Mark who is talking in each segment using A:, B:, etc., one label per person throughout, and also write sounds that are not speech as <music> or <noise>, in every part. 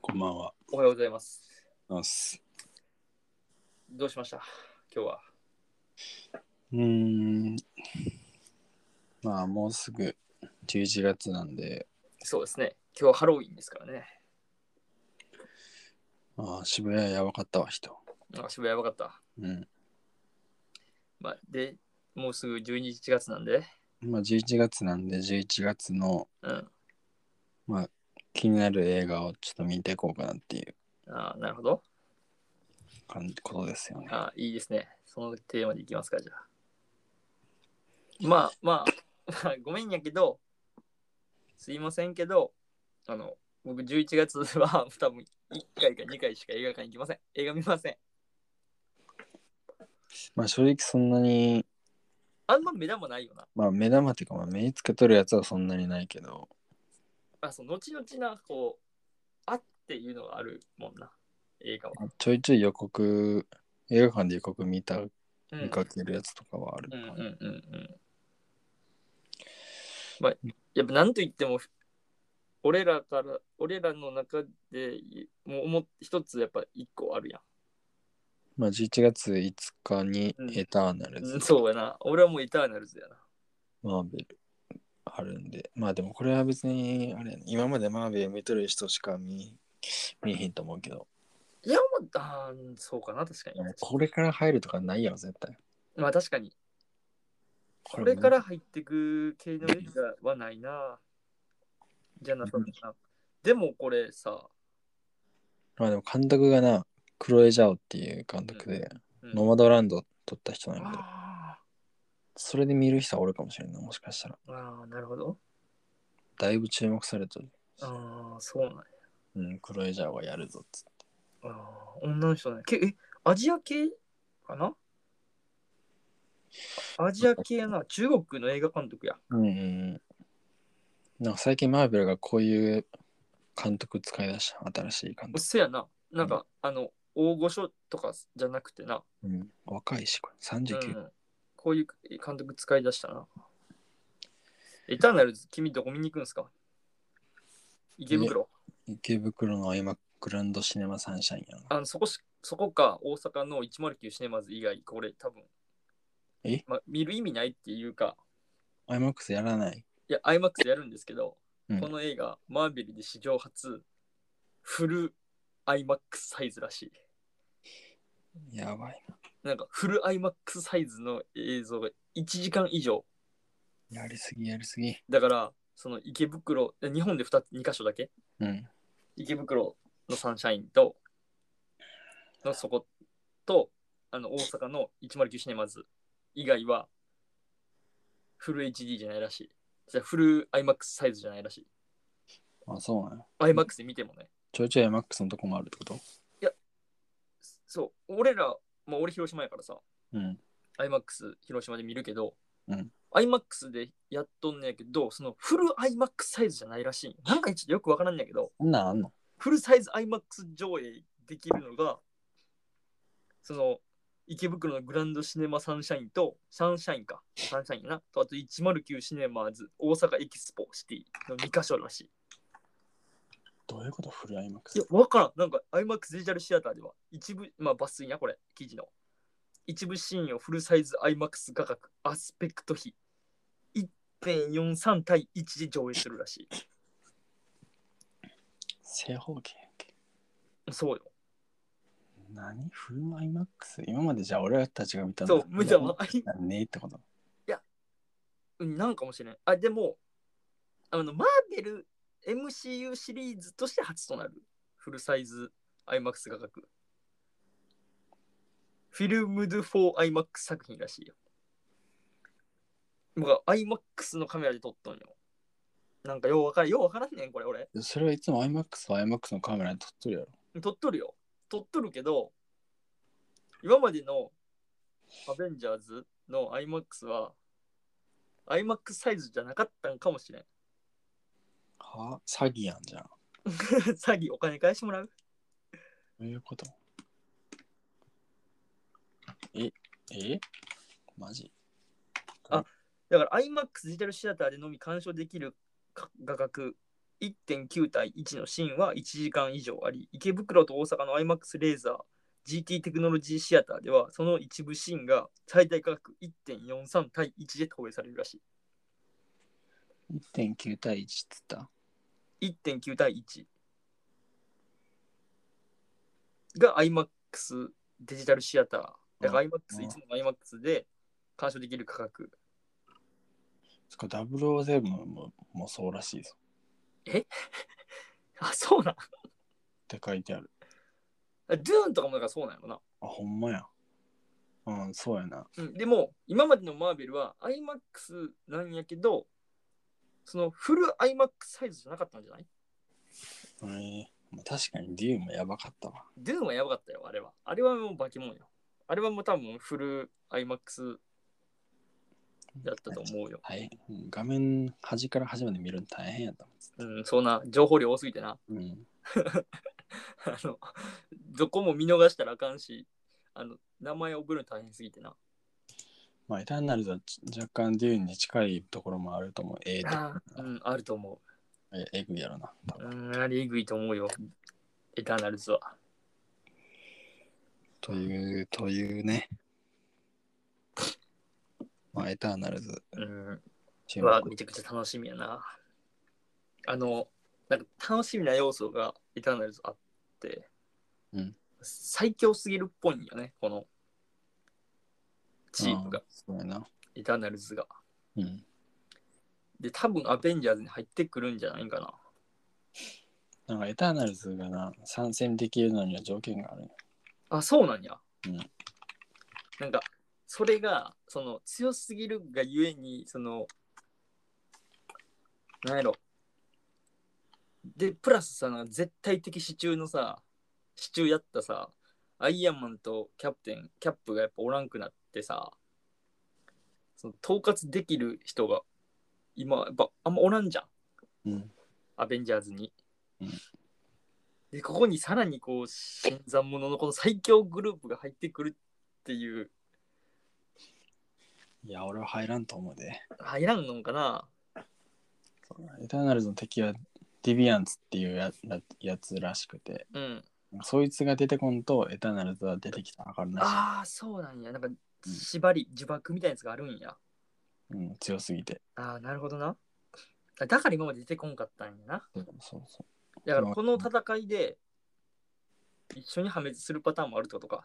A: こんばんは。
B: おはようございます。
A: なんす
B: どうしました今日は。
A: うーん。まあ、もうすぐ11月なんで、
B: そうですね。今日はハロウィンですからね。
A: ああ渋谷やばかったわ、人。
B: なんか渋谷やばかった。
A: うん。
B: まあ、で、もうすぐ12月なんで、
A: まあ、11月なんで、11月の
B: うん。
A: 気になる映画をちょっと見ていこうかなっていう
B: ああ、なるほど。
A: 感じことですよね。
B: ああ、いいですね。そのテーマでいきますか、じゃあ。まあまあ、まあごめんやけど、すいませんけど、あの、僕11月は多分1回か2回しか映画館行きません。映画見ません。
A: まあ、正直そんなに、
B: あんま目玉ないよな。
A: まあ、目玉っていうか、まあ、目につけとるやつはそんなにないけど、
B: あ、そう、後々な、こう、あっていうのがあるもんな。映画は。
A: ちょいちょい予告、映画館で予告見た、
B: うん
A: 見かけるやつとかはある
B: う
A: か
B: んうん
A: な。
B: うんうん。まあ、やっぱなんと言っても、俺らから、俺らの中で、いもう思っ一つやっぱ一個あるや
A: まあ、11月5日に
B: うん
A: エターナルズ、
B: ん。そうやな。俺はもうエターナルズやな。
A: マーベルあるんで。まあでもこれは別に、あれやね、今までマーベル見とる人しか見、見えへんと思うけど、
B: いや、もう、あーそうかな、確かに。
A: これから入るとかないやろ、絶対。
B: まあ確かに。これから入ってく系の映画はないな。じゃなさそうだな。でもこれさ、
A: まあでも監督がな、クロエ・ジャオっていう監督で、
B: うん
A: ノマドランド撮った人なんで、
B: あ
A: それで見る人はおるかもしれんない、もしかしたら。
B: ーあー、なるほど。
A: だいぶ注目されてる。
B: ああ、そうなんや
A: うん、クロエ・ジャオがやるぞっつって。
B: ああ、女の人ね。けえ、アジア系かなアジア系やな。中国の映画監督や。
A: うんうんうん。なんか最近マーベルがこういう監督使い出した、新しい監督。
B: そやな。なんか、あの、大御所とかじゃなくてな。
A: うん、若いし、これ
B: う
A: 39。
B: ん、こういう監督使い出したな。エターナルズ、君どこ見に行くんすか池袋。
A: 池袋の今グランドシネマサンシャインやな。
B: あのそこし、そこか、大阪の109シネマズ以外、これ多分。
A: え
B: ま、見る意味ないっていうか、
A: アイマックスやらない
B: いや、IMAX でやるんですけど、
A: うん
B: この映画、マーベルで史上初、フル IMAX サイズらしい。
A: やばい
B: なんか、フル IMAX サイズの映像が1時間以上。
A: な。やりすぎやりすぎ。
B: だから、その池袋、え日本で 2, つ2箇所だけ
A: うん。
B: 池袋のサンシャインと、のそこと、あの、大阪の109シネマズ以外は、フル HD じゃないらしい。じゃあフル IMAX サイズじゃないらしい。
A: あ、そうなんや。
B: IMAX で見てもね。
A: ちょいちょいアイマックスのとこもあるってこと
B: そう、俺ら、まあ、俺広島やからさ、
A: うん。
B: IMAX 広島で見るけど、
A: うん、
B: IMAX でやっとんねやけど、そのフル IMAX サイズじゃないらしい。なんかちょっとよくわからんねやけど、
A: そんなんあんの
B: フルサイズ IMAX 上映できるのが、その、池袋のグランドシネマサンシャインと、サンシャインか、サンシャインやな、とあと109シネマーズ、大阪エキスポシティの2箇所らしい。
A: どういうことフルアイマッ
B: い
A: クス
B: や、わからん。なんか、IMAX デジタルシアターでは、一部、まあ、抜粋な、これ、記事の。一部シーンをフルサイズ IMAX 価格、アスペクト比、1.43対1で上映するらし
A: 正方形やんけ。
B: い。そうよ。
A: 何フルアイマックス今までじゃあ俺たちが見た
B: そう、無駄は。
A: なんねえってこと
B: うんなんかもしれん。あ、でも、あの、マーベル MCU シリーズとして初となる。フルサイズ IMAX 価格。フィルムドゥフォー IMAX 作品らしいよ。僕は IMAX のカメラで撮っとんよ。なんかようわからん、ようわからんねん、これ俺。
A: それはいつもアイマックスはアイマックスのカメラで撮っとるやろ。
B: 撮っとるよ。撮っとるけど、今までのアベンジャーズの IMAX は IMAX サイズじゃなかったんかもしれん。
A: は詐欺やんじゃん。ど
B: <laughs> 詐欺お金返してもらう
A: ういうことええマジ
B: だから IMAX デジタルシアターでのみ鑑賞できる価価格1.9対1のシーンは1時間以上あり、池袋と大阪の IMAX レーザー GT テクノロジーシアターでは、その一部シーンが最大価格1.43対1で投影されるらし
A: 1.9対1っつった。
B: い。1.9対1が IMAX デジタルシアター。だから IMAX、いつもの IMAX で鑑賞できる価格。
A: そっか、007ももそうらしいぞ。
B: あ、そうなん。
A: って書いてある。
B: ドゥーンとかもだからそうなんやろな。
A: あ、ほんまや。うん、そうやな。
B: うん、でも今までのマーベルは iMAX なんやけどそのフル iMAX サイズじゃなかったんじゃない
A: えー、まあ確かにデューンもやばかったわ。
B: ドゥーンはやばかったよあれはあれはもう化け物よあれはもう多分フル iMAX だったと思うよ
A: 大変。うん画面端から端まで見るの大変やったもん。
B: うんそんな情報量多すぎてな <laughs>
A: うん。
B: あのどこも見逃したらあかんしあの名前覚えるの大変すぎてな
A: まあ、エターナルズはち若干デューンに近いところもあると思う。ええと、
B: あうんあると思
A: ええぐいやろな。多
B: う
A: 分
B: うんあれえぐいと思うよエターナルズは
A: という、というね。まあ、エターナルズ、
B: うん
A: 注
B: は
A: 目
B: めちゃくちゃ楽しみやな。あの、なんか楽しみな要素がエターナルズあって、
A: うん
B: 最強すぎるっぽいんよね、このチーム
A: う
B: が
A: ん、そうやな。
B: エターナルズが。
A: うん。
B: で、多分アベンジャーズに入ってくるんじゃないかな。
A: なんか、エターナルズがな、参戦できるのには条件があるよ。
B: あ、そうなんや。
A: うん
B: なんか、それが、その、強すぎるがゆえに、その、なんやろ。で、プラスさ、なんか絶対的支柱のさ、支柱やったさ、アイアンマンとキャプテン、キャップがやっぱおらんくなってさ、その統括できる人が今、やっぱあんまおらんじゃん。
A: うん。
B: アベンジャーズに。
A: うん
B: で、ここにさらにこう、新参者のこの最強グループが入ってくるっていう、
A: いや、俺は入らんと思うで。
B: 入らんのかな
A: エターナルズの敵はディビアンツっていうやらやつらしくて、
B: うん。
A: そいつが出てこんと、エターナルズは出てきたらあかんらしい。
B: ああ、そうなんや。なんか、縛り、呪縛みたいなやつがあるんや。
A: うん、強すぎて。
B: ああ、なるほどな。あだから今まで出てこんかったんやな。
A: そうそうそ
B: だからこの戦いで、一緒に破滅するパターンもあるってことか。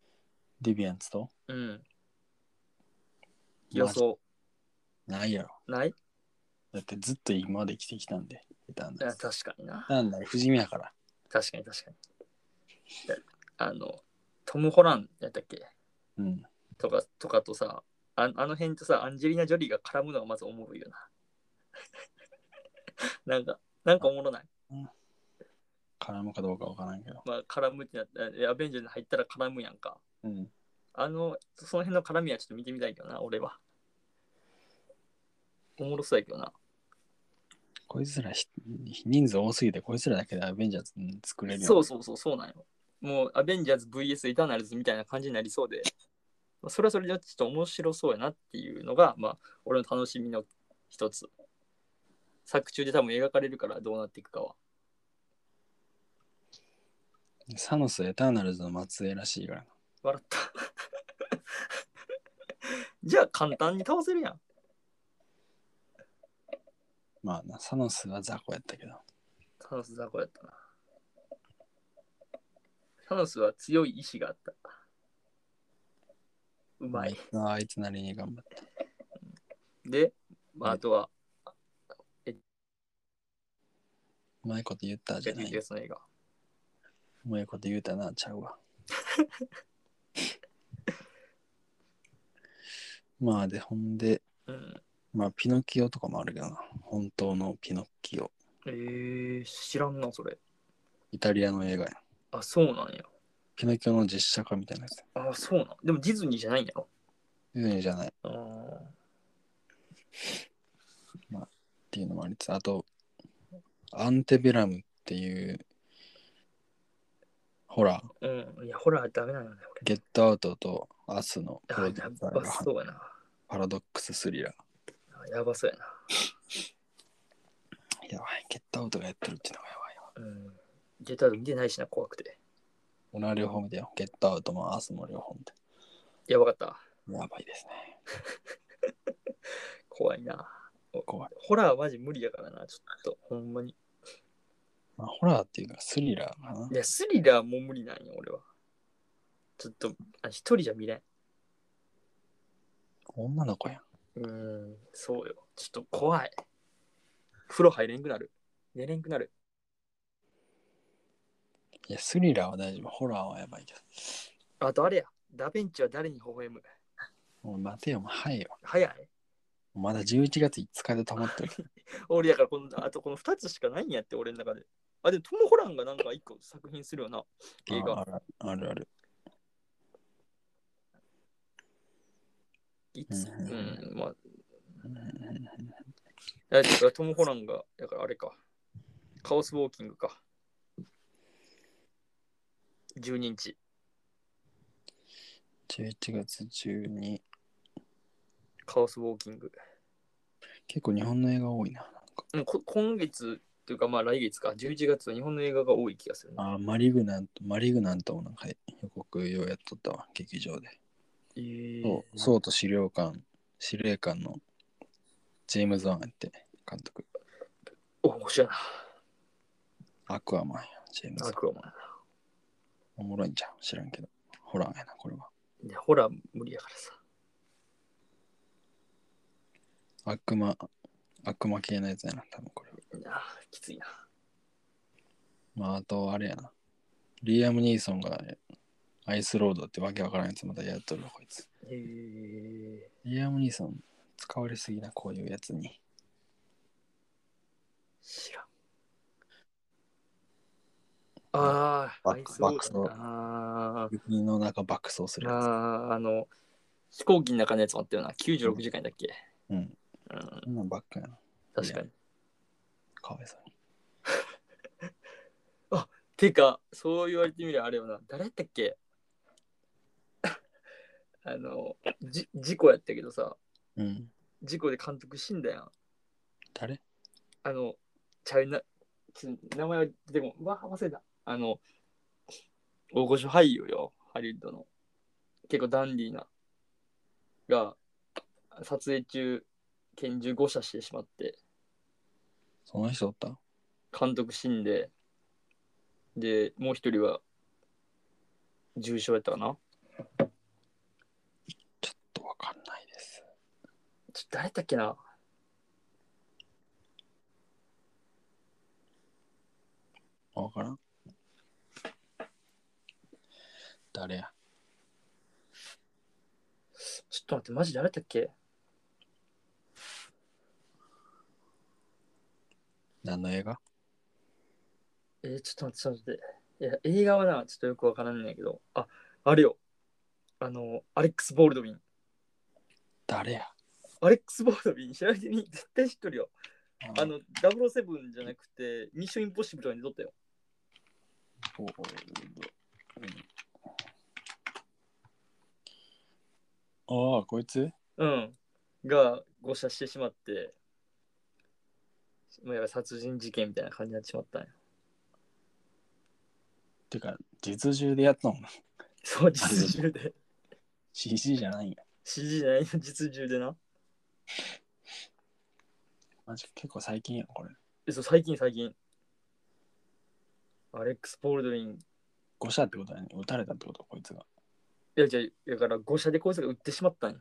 A: う。ディビアンツと
B: うん。予想
A: ないやろ。
B: ない
A: だってずっと今まで生きてきたんで、エターナ
B: あ
A: ルズ。
B: 確かにな。
A: なんだよ、不死身やから。
B: 確かに確かに。だあの、トム・ホランやったっけ
A: うん。
B: とかとかとさあ、あの辺とさ、アンジェリーナ・ジョリーが絡むのがまずおもろいよな。 <laughs> なんか、なんかおもろない。
A: 絡むかどうかわからんけど。
B: まあ、絡むってなって、アベンジャーに入ったら絡むやんか。
A: うん。
B: あの、その辺の絡みはちょっと見てみたいけどな、俺は。おもろそうやけどな。
A: こいつらひ人数多すぎて、こいつらだけでアベンジャーズ作れるよね
B: そうそうそう、そうなんよ。もう、アベンジャーズ VS エターナルズみたいな感じになりそうで、まあそれはそれでちょっと面白そうやなっていうのが、まあ、俺の楽しみの一つ。作中で多分描かれるから、どうなっていくかは。
A: サノス、エターナルズの末裔らしいからな。
B: 笑った。 <laughs> じゃあ、簡単に倒せるやん。
A: まあな、サノスは雑魚やったけど。
B: サノス雑魚やったな。サノスは強い意志があった。うまい。
A: ああいつなりに頑張った。
B: で、まあ、
A: うん
B: あとは、
A: うまいこと言ったじ
B: ジ
A: ゃ
B: ェ
A: な
B: テ
A: い。
B: ィゲスの映画。
A: うまいこと言うたな、ちゃうわ。 <laughs> まあで、ほんで、
B: うん。
A: まあピノキオとかもあるけどな。本当のピノキオ。
B: えー、知らんな、それ。
A: イタリアの映画や。
B: あ、そうなんや。
A: ピノキオの実写化みたいなやつ。
B: あ、そうなん。でもディズニーじゃないんやろ。
A: ディズニーじゃないっ
B: あ
A: ていうのもありつつ、あと、アンテベラムっていう、ほら、
B: ーうん。いや、ホラーダメなのね、俺。
A: ゲットアウトとアスのプ
B: あ
A: ロデュ
B: や
A: ーサー
B: ば
A: が
B: そうやな。
A: パラドックススリラー。
B: あやばそうやな。
A: いやばい、ゲットアウトがやってるっていうのがやばいわ。
B: うん。ゲットアウト見てないしな、怖くて。
A: 俺は両方見てよ。ゲットアウトもアースも両方見て。
B: やばかった。
A: やばいですね。
B: 怖いな。
A: 怖い。
B: ホラーマジ無理やからな、ちょっと。ほんまに。。
A: まあ、ホラーっていうかスリラーかない
B: や、スリラーも無理なんよ、俺は。ちょっと、あ一人じゃ見れん。
A: 女の子やん。
B: うん、そうよ。ちょっと怖い。風呂入れんくなる。寝れんくなる。
A: いや、スリラーは大丈夫。ホラーはやばいけど。
B: あとあれや。ダヴィンチは誰に微笑む
A: もう待てよ、もう早いよ。
B: 早い。
A: まだ11月5日で溜まってる。
B: <laughs> 俺やからこの、あとこの2つしかないんやって、俺の中で。あ、でもトム・ホランがなんか1個作品するよな。映画。
A: あるあるある。
B: いつ、
A: う
B: うんん、まあ、
A: うん
B: だからトム・ホランが、だからあれか。カオスウォーキングか。12日。
A: 11月中に
B: カオスウォーキング。
A: 結構日本の映画多いな。なんか
B: うんこ今月というか、まあ来月か。11月は日本の映画が多い気がするな。
A: あーマリグナント、マリグナントもなんか予告ようやっとったわ、劇場で。
B: えー
A: そう、そうと資料館、司令官のジェームズ・ワンやって、監督。
B: お面白いな。
A: アクアマンや、ジェームズ・ワ
B: ア
A: ン。
B: クアマ
A: おもろいんじゃん、知らんけど。ホラーやな、これは。
B: ン。で、ホラー無理やからさ。
A: 悪魔、悪魔系のやつやな、多分これは。
B: いやきついな。
A: まあ、あと、あれやな。リアム・ニーソンがアイスロードってわけわからんやつまたやっとるわ、こいつ。
B: えー、
A: リアム・ニーソン、使われすぎな、こういうやつに。
B: 知らん。ああ、
A: バッ
B: あい
A: ク
B: つそう
A: バックス
B: だ
A: の
B: なあー
A: 国の中爆走するや
B: あー、あの、飛行機の中のやつもあったよな。96時間だっけ。
A: つ。うん。
B: うん、
A: そんなんばっかやな。
B: 確かに。
A: かわいそうに。
B: てか、そう言われてみればあれよな。誰やったっけ <laughs> あのじ、事故やったけどさ、
A: うん。
B: 事故で監督死んだやん。
A: 誰
B: あの、ちゃうな、ちょ名前は出てこん、うわ、忘れた。あの、大御所俳優よ、ハリウッドの。結構ダンディーな。が、撮影中、拳銃誤射してしまって、
A: その人おった
B: 監督死んで、で、もう一人は、重傷やったかな
A: ちょっとわかんないです。
B: ちょ誰だっけな
A: わからん。誰や
B: ちょっと待って、マジ誰だっけ
A: 何の映画
B: えー、ちょっと待って、ちょっと待って。いや、映画はな、ちょっとよくわからんねんやけど、あ、あれよ。あの、アレックス・ボールドウィン。
A: 誰や
B: アレックス・ボールドビン調べてみ絶対知っとるよ。
A: あ
B: あの、007じゃなくて、ミッション・インポッシブルとかに撮ったよ。
A: おうんああ、こいつ
B: うん。が、誤射してしまって、まあ、やっぱ殺人事件みたいな感じになってしまったんや。
A: てか、実銃でやったのな
B: そう、実銃で。
A: CG じゃないんや。
B: CG じゃないの、実銃でな。
A: マジ結構最近やん、これ。
B: え、そう、最近、最近。アレックス・ポールドリン。
A: 誤射ってことやね。撃たれたってことこいつが。
B: いや、じゃだから、誤射でこいつが撃ってしまったんや。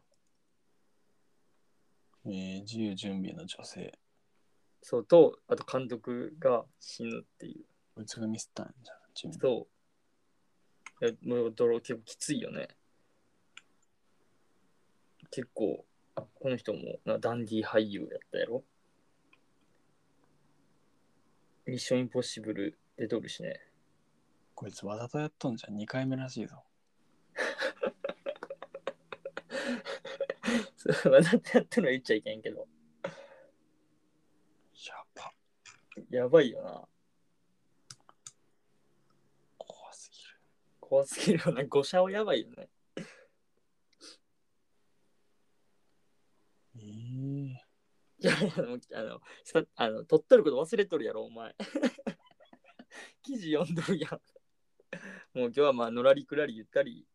A: えー、自由準備の女性。
B: そうと、あと監督が死ぬっていう。
A: こいつがミスったんじゃん。準備
B: そう。え、もう泥結構きついよね。結構、この人もなダンディー俳優やったやろ。ミッションインポッシブル出とるしね。 <laughs>
A: こいつわざとやっとんじゃん。2回目らしいぞ。
B: そうわざとやってのは言っちゃいけんけど。
A: やば。
B: やばいよな。
A: 怖すぎる。
B: 怖すぎるよね。誤射はやばいよね。
A: ええー。
B: いや、あのあのさあの撮っとること忘れとるやろお前 <laughs> 記事読んどるやんもう今日はまあのらりくらりゆったり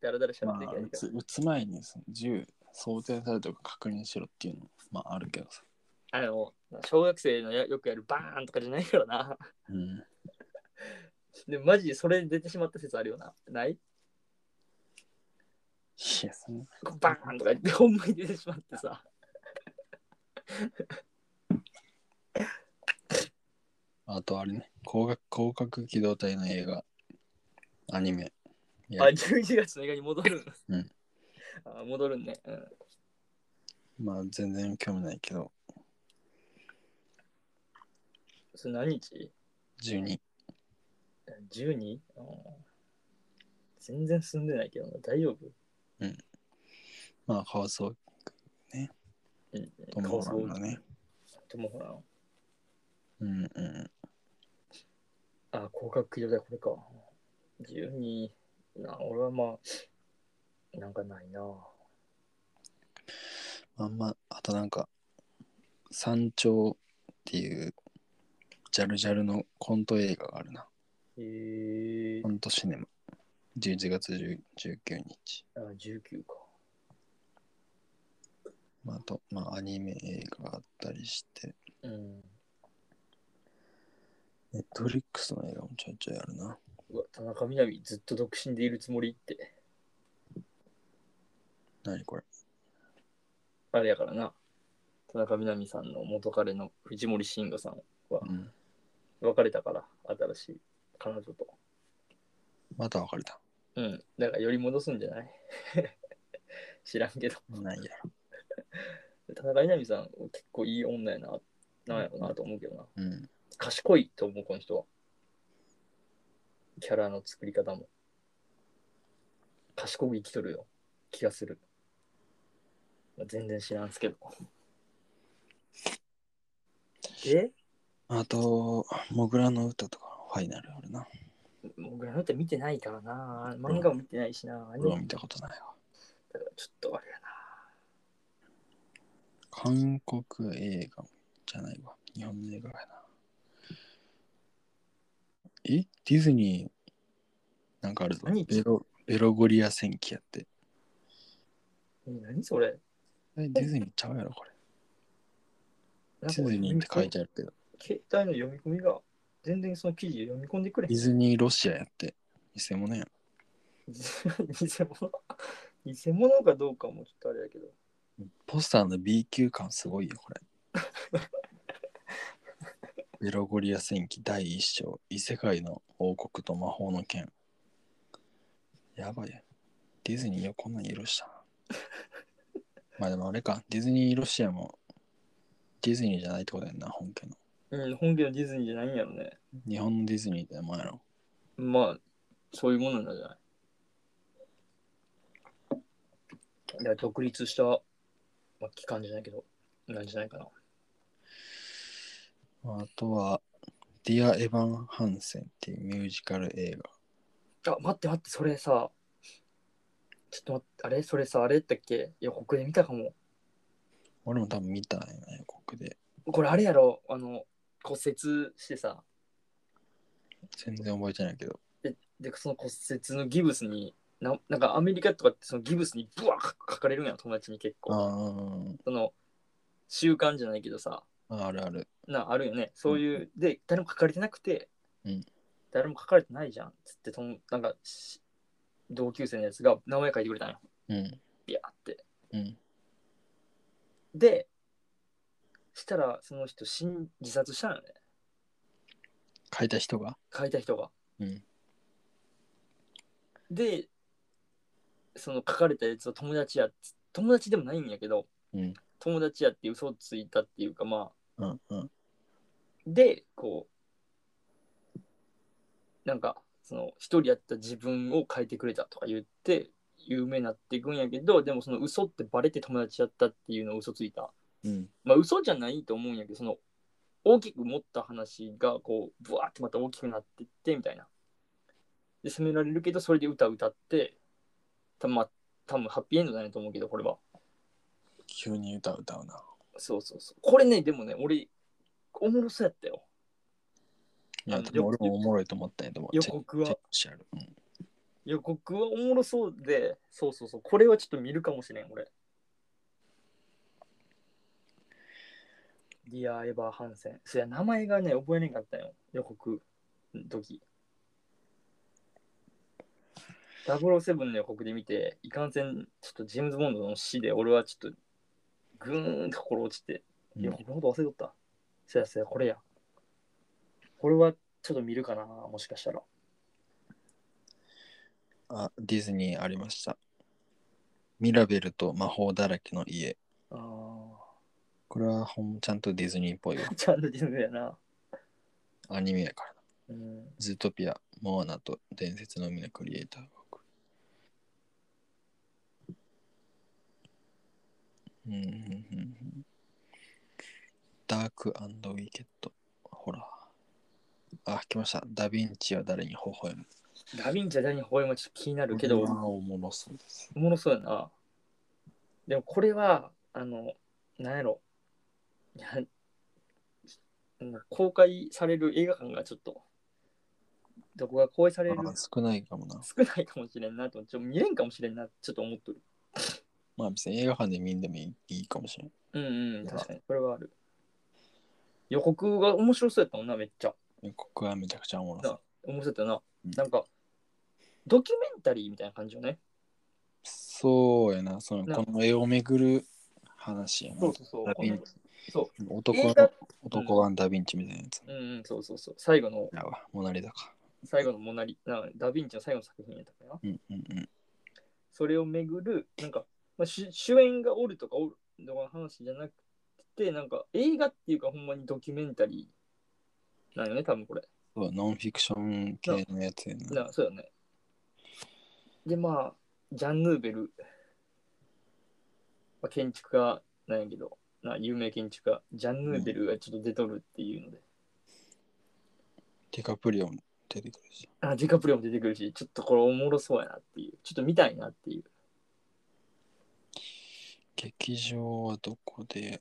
B: だらだらしゃべ
A: ま
B: ってい
A: あ、
B: けない
A: 打
B: けど
A: つ打つ前にその銃装填されてるか確認しろっていうのまああるけどさ、
B: あの小学生のやよくやるバーンとかじゃないからな
A: うん、
B: でマジでそれで出てしまった説あるよなない
A: いやその
B: バーンとか言ってほんまに出てしまってさ
A: あとあれね広角広角機動隊の映画アニメいや
B: あ11月の映画に戻る
A: うん
B: あ戻るね、うん、
A: まあ全然興味ないけど
B: それ何日
A: 12
B: 12? うん全然進んでないけどな大丈夫
A: まあ川添
B: うん
A: トム・ホランがね
B: トムホラン
A: うんうん
B: あ、広角機動隊これか。12な、俺はまあ、なんかないな。
A: あんまあとなんか山頂っていうジャルジャルのコント映画があるな
B: えー
A: コ、ントシネマ11月10 19日
B: あ19か。
A: まあ、あと、まあ、アニメ映画があったりして、
B: うん。
A: ネットフリックスの映画もちょいちょいあるな。
B: うわ、田中みな実ずっと独身でいるつもりって。
A: 何これ
B: あれやからな。田中みな実さんの元彼の藤森慎吾さん。
A: うん。
B: 別れたから、新しい彼女と。
A: また別れた。
B: うん。だから、より戻すんじゃない <laughs> 知らんけど。
A: ないや
B: 田中みな実さん、結構いい女やな、なんやろなと思うけどな。
A: ろ。うん。
B: 賢いと思うこの人はキャラの作り方も賢く生きとるよ気がする、まあ全然知らんすけどで
A: あと、モグラの歌とかファイナルあるな。
B: もうグラノータ見てないからな漫画も見てないしな、アニメ
A: 俺は
B: だ
A: 見たことないわ。
B: からちょっとあれやな
A: 韓国映画じゃないわ。日本の映画やな。えディズニーなんかあるぞ
B: 何。
A: ベロベロゴリア戦記やって。
B: え何それ
A: えディズニーちゃうやろこれ。
B: デ
A: ディズニーって書いてあるけど。
B: 携帯の読み込みが全然その記事読み込んでくれへ
A: ディ
B: ん
A: ズニーロシアやって。偽物やん。
B: <laughs> 偽物偽物かどうかもちょっとあれやけど
A: ポスターの B 級感すごいよ、これ。 <laughs> ベロゴリア戦記第一章、異世界の王国と魔法の剣。やばいや。ディズニーよ、こんなん許したな。まあでもあれか、ディズニーロシアもディズニーじゃないってことやんな、本家の。
B: うん、本家のディズニーじゃないんやろね。
A: 日本のディズニーって名前やろ。
B: まあ、そういうものなんじゃないいや、独立した、まあ、機関じゃないけど、なんじゃないかな。
A: まああとは、ディア・エヴァン・ハンセンっていうミュージカル映画。
B: あ、待って待って、それさ、ちょっと待って、あれそれさ、あれだっけ予告で見たかも。
A: 俺も多分見たんやな、予告で。
B: これあれやろあの、骨折してさ、
A: 全然覚えてないけど。
B: で、その骨折のギブスに、ななんかアメリカとかってそのギブスにブワー書かれるんや、友達に結構。
A: ああ。
B: その、習慣じゃないけどさ、
A: あるある。
B: なあるよねそういう、で誰も書かれてなくて、
A: うん
B: 誰も書かれてないじゃんつってとんなんかし同級生のやつが名前書いてくれたのよ
A: うん。
B: ビャーって
A: うん。
B: でしたらその人死ん自殺したのよね
A: 書いた人が
B: 書いた人が
A: うん。
B: でその書かれたやつは友達やっつ友達でもないんやけど
A: うん。
B: 友達やって嘘をついたっていうかまあ
A: うん。うん。
B: でこうなんかその一人やった自分を変えてくれたとか言って有名になっていくんやけどでもその嘘ってバレて友達やったっていうのを嘘ついた
A: うん。
B: まあ嘘じゃないと思うんやけどその大きく持った話がこうブワーってまた大きくなってってみたいなで責められるけどそれで歌歌ってたまあ多分ハッピーエンドだねと思うけどこれは
A: 急に歌歌うな。
B: そうそうそう。これね、でもね、俺、おもろそうやったよ。
A: いや、
B: あの
A: でも俺もおもろいと思ったんやと思う。
B: 予告は
A: チェックしてある。うん
B: 予告はおもろそうで、そうそうそう。これはちょっと見るかもしれん、俺。ディア・エヴァー・ハンセン。そや、名前がね、覚えねんかったよ。予告の時。007の予告で見て、いかんせん、ちょっとジェームズ・ボンドの死で、俺はちょっと、ぐーんと心落ちて、いや、
A: うん
B: このこと忘れとった。そやそや、これや。これはちょっと見るかな、もしかしたら。
A: あ、ディズニーありました。ミラベルと魔法だらけの家。
B: ああ。
A: これはほんちゃんとディズニーっぽいわ。
B: ちゃんとディズニーやな。
A: アニメやから
B: う
A: な。
B: ん。
A: ズートピア、モアナと伝説の海のクリエイターが送る。うんうんうんうんダークウィケット。ほら。あ、来ました。ダヴィンチは誰に微笑む
B: ダヴィンチは誰に微笑むかちょっと気になるけど、
A: これは
B: お
A: おもろそうです。
B: もろそうやな。でもこれは、あの、なんやろ。いやうん公開される映画館がちょっと、どこが公開される
A: あ少ないかもな。
B: 少ないかもしれんなと、ちょっと見れんかもしれんな、ちょっと思っとる。
A: まあ別に映画館で見んでもいいいいかもしれん。
B: うんうん、
A: まあ
B: 確かに、これはある。予告が面白そうやったもんな、めっちゃ。
A: 予告はめちゃくちゃおもろそう。
B: 面白そうやったな。
A: うん
B: なんか、ドキュメンタリーみたいな感じよね。
A: そうやな。その
B: な
A: この絵をめぐる話やな。
B: そうそうそう。
A: ダヴィンチ
B: そう。
A: 男
B: 映
A: の
B: 画
A: 男版ダヴィンチみたいなやつ。
B: うんうん、そうそうそう。最後の、
A: やわ、モナリザか。
B: 最後のモナリ、なダ・ヴィンチの最後の作品やったかな。
A: うんうんうん。
B: それをめぐる、なんか、まあ、主主演がおるとかおるとかの話じゃなくて、なんか映画っていうか、ほんまにドキュメンタリーなんよね、多分これ。
A: そうやノンフィクション系のやつやな。
B: なそうよね。で、まあ、ジャン・ヌーベル、まあ、建築家なんやけど、な有名建築家、ジャン・ヌーベルがちょっと出とるっていうので、
A: ディカプリオも出てくるし。
B: あディカプリオも出てくるし、ちょっとこれおもろそうやなっていう、ちょっと見たいなっていう。
A: 劇場はどこで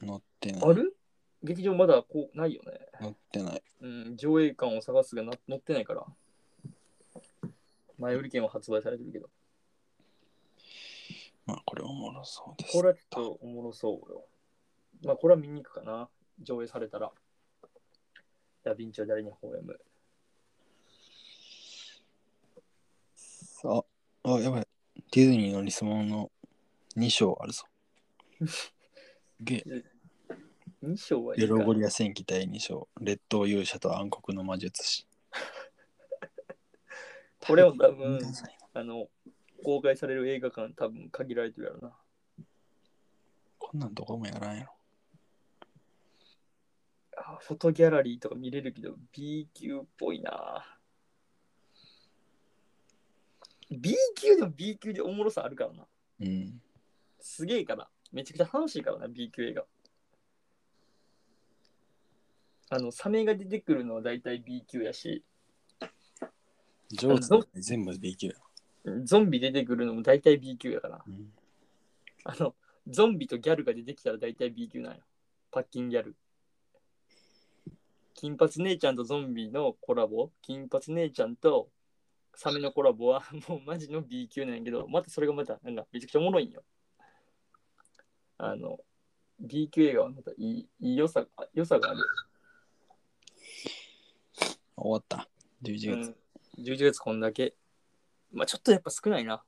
A: 載ってない
B: ある劇場まだこうないよね。
A: 載ってない。
B: うん、上映館を探すがな載ってないから。前売り券は発売されてるけど。
A: まあこれおもろそうです。
B: これはちょっとおもろそうよ。まあこれは見に行くかな。上映されたら。ダヴィンチは誰に微笑む。
A: あ、あ、やばい。ディズニーのリスモンの2章あ
B: <laughs>
A: るぞ。ゲ
B: 2章はい
A: エ
B: いか
A: ロゴリア戦記第2章、列島勇者と暗黒の魔術師。
B: これも多分
A: うん、
B: あの、公開される映画館多分限られてるやろな。
A: こんなんどこもやらんやろ。
B: あフォトギャラリーとか見れるけど B 級っぽいな B 級でも B 級でおもろさあるからな
A: うん。
B: すげえからめちゃくちゃ楽しいからな B 級映画あのサメが出てくるのは大体 B 級やし
A: ジョーズ全部 B 級や。
B: ゾンビ出てくるのも大体 B 級やから
A: うん。
B: <laughs> あのゾンビとギャルが出てきたら大体 B 級なんよパッキンギャル金髪姉ちゃんとゾンビのコラボ金髪姉ちゃんとサメのコラボは <laughs> もうマジの B 級なんやけどまたそれがまたなんかめちゃくちゃおもろいんよあの B 級映画はまたいいいい良さあ良さがある、
A: 終わった。11
B: う
A: 月。
B: ん、11月こんだけまあちょっとやっぱ少ないな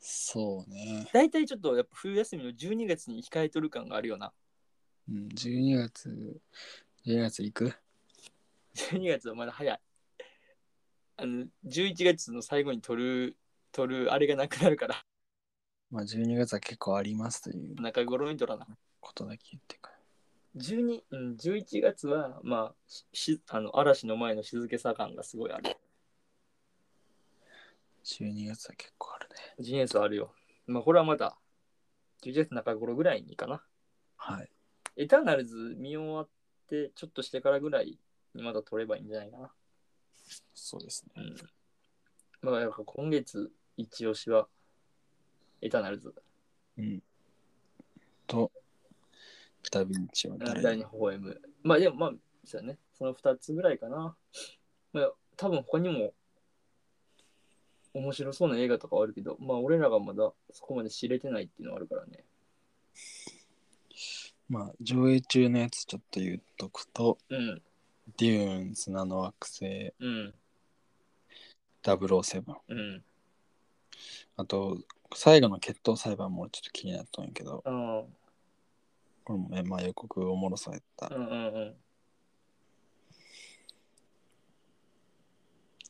A: そうね。
B: 大体ちょっとやっぱ冬休みの12月に控えとる感があるよな
A: うん、12月、12月行く
B: 12月はまだ早い。あの、11月の最後に撮る、撮るあれがなくなるから、
A: まあ12月は結構ありますという
B: 中頃に撮らな。
A: ことだけ言ってくれ。
B: 12、うん、11月は、まあ、ししあの嵐の前の静けさ感がすごいある。
A: 12月は結構あるね。
B: 12月はあるよ。まあ、これはまだ、11月中頃ぐらいにかな。
A: はい。
B: エターナルズ見終わって、ちょっとしてからぐらいにまだ撮ればいいんじゃないかな。
A: そうです
B: う
A: ね。
B: ん。まあ、やっぱ今月、一押しは、エターナルズ。
A: うん。とダヴィンチは
B: 誰
A: 誰
B: に微笑む。まあでもまあ、そうだね。その2つぐらいかな。まあ、多分他にも面白そうな映画とかはあるけど、まあ俺らがまだそこまで知れてないっていうのはあるからね。
A: まあ上映中のやつちょっと言っとくと
B: うん、
A: デューン砂の惑星
B: うん、
A: 007
B: うん。
A: あと最後の決闘裁判もちょっと気になったんやけど
B: ああ、
A: これもね、まあ、予告おもろそうやった
B: うんうんうん。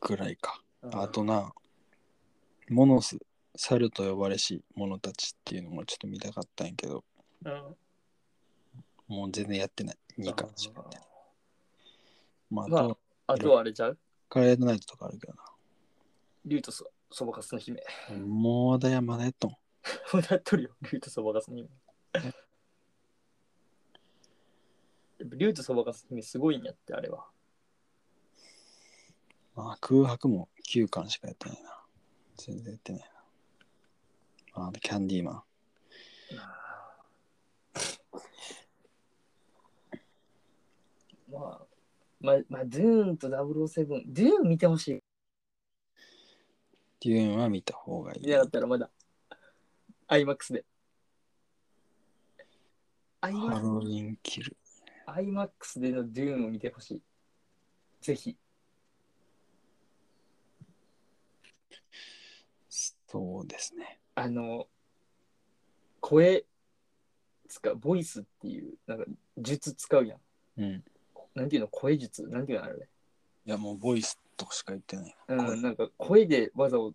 A: ぐらいか
B: うん
A: あとな、モノス、猿と呼ばれし者たちっていうのもちょっと見たかったんやけど、
B: うん、
A: もう全然やってない。2巻しかやってない。まあ、あ
B: ま
A: と、
B: あとはあれちゃう
A: カレードナイトとかあるけど
B: 竜とそそばかすの姫。 <laughs>
A: な。もうだやまだやっとん。
B: もうなっとるよ、竜とそばかすの姫。やっぱ竜とそばかすの姫すごいんやって、あれは。
A: まあ、空白も9巻しかやってないな。全然やってないな。あと、キャンディーマン。
B: まあ、まあ、まあ、ドゥーンと007、ドゥーン見てほしい。
A: デューンは見た方がいい
B: 見。なかったらまだ。IMAX で。
A: ハ
B: IMAX,
A: ロウィンキル。
B: IMAX でのドゥーンを見てほしい。ぜひ。
A: そうですね。
B: あの、声使う、ボイスっていう、なんか、術使うやん。
A: うん。い
B: なんていうの、声術なんていうのあれ。
A: や、もうボイスとかしか言ってない。
B: う
A: 声
B: ん、なんか声で技を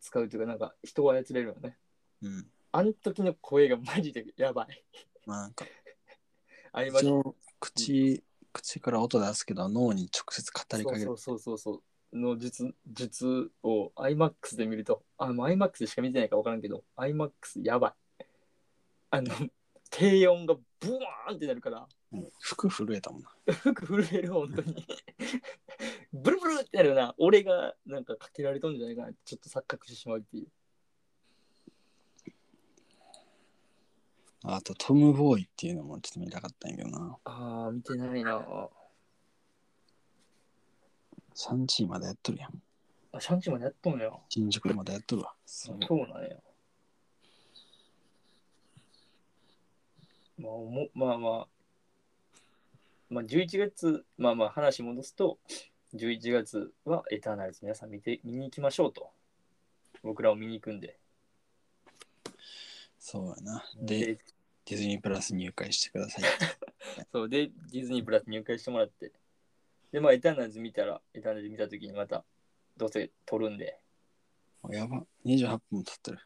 B: 使うというか、なんか人を操れるよね。
A: うん。
B: あの時の声がマジでやばい。
A: まあ、なんか、
B: ありま
A: 一
B: し
A: 応口口から音出すけど脳に直接語
B: た。
A: りかける
B: そうそうそうそう。の術術を iMAX で見ると、あ、もう iMAX でしか見てないから分からんけど、iMAX やばい。あの、低音がブワーンってなるから、
A: うん服震えたもんな
B: 服震える、本当に。ブルブルってなるよな。俺がなんかかけられとんじゃないかなってちょっと錯覚してしまうっていう。
A: あとトム・ボーイっていうのもちょっと見たかったんやけどな
B: ああ、見てないな。
A: サンチーまだやっとるやん
B: あ、シャンチまでやっとんのよ。
A: 新宿でまだやっとるわ
B: そうなんや。まあ、おもまあまあ、まあ、11月、まあまあ話戻すと、11月はエターナルズ皆さん見て見に行きましょうと。僕らを見に行くんで。
A: そうやなで、ディズニープラス入会してください
B: そうで、ディズニープラス入会してもらって。で、まあ、エターナルズ見たら、エターナルズ見たときにまた、どうせ撮るんで。
A: おやば28分も経ってる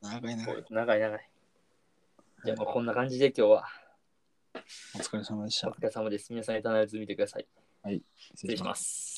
A: 長い長い
B: 長い長い。じゃあ、まあこんな感じで今日は、
A: お疲れ様でし
B: お
A: た
B: 疲れ様です。皆さん、エターナルズ見てください。
A: はい
B: 失礼します。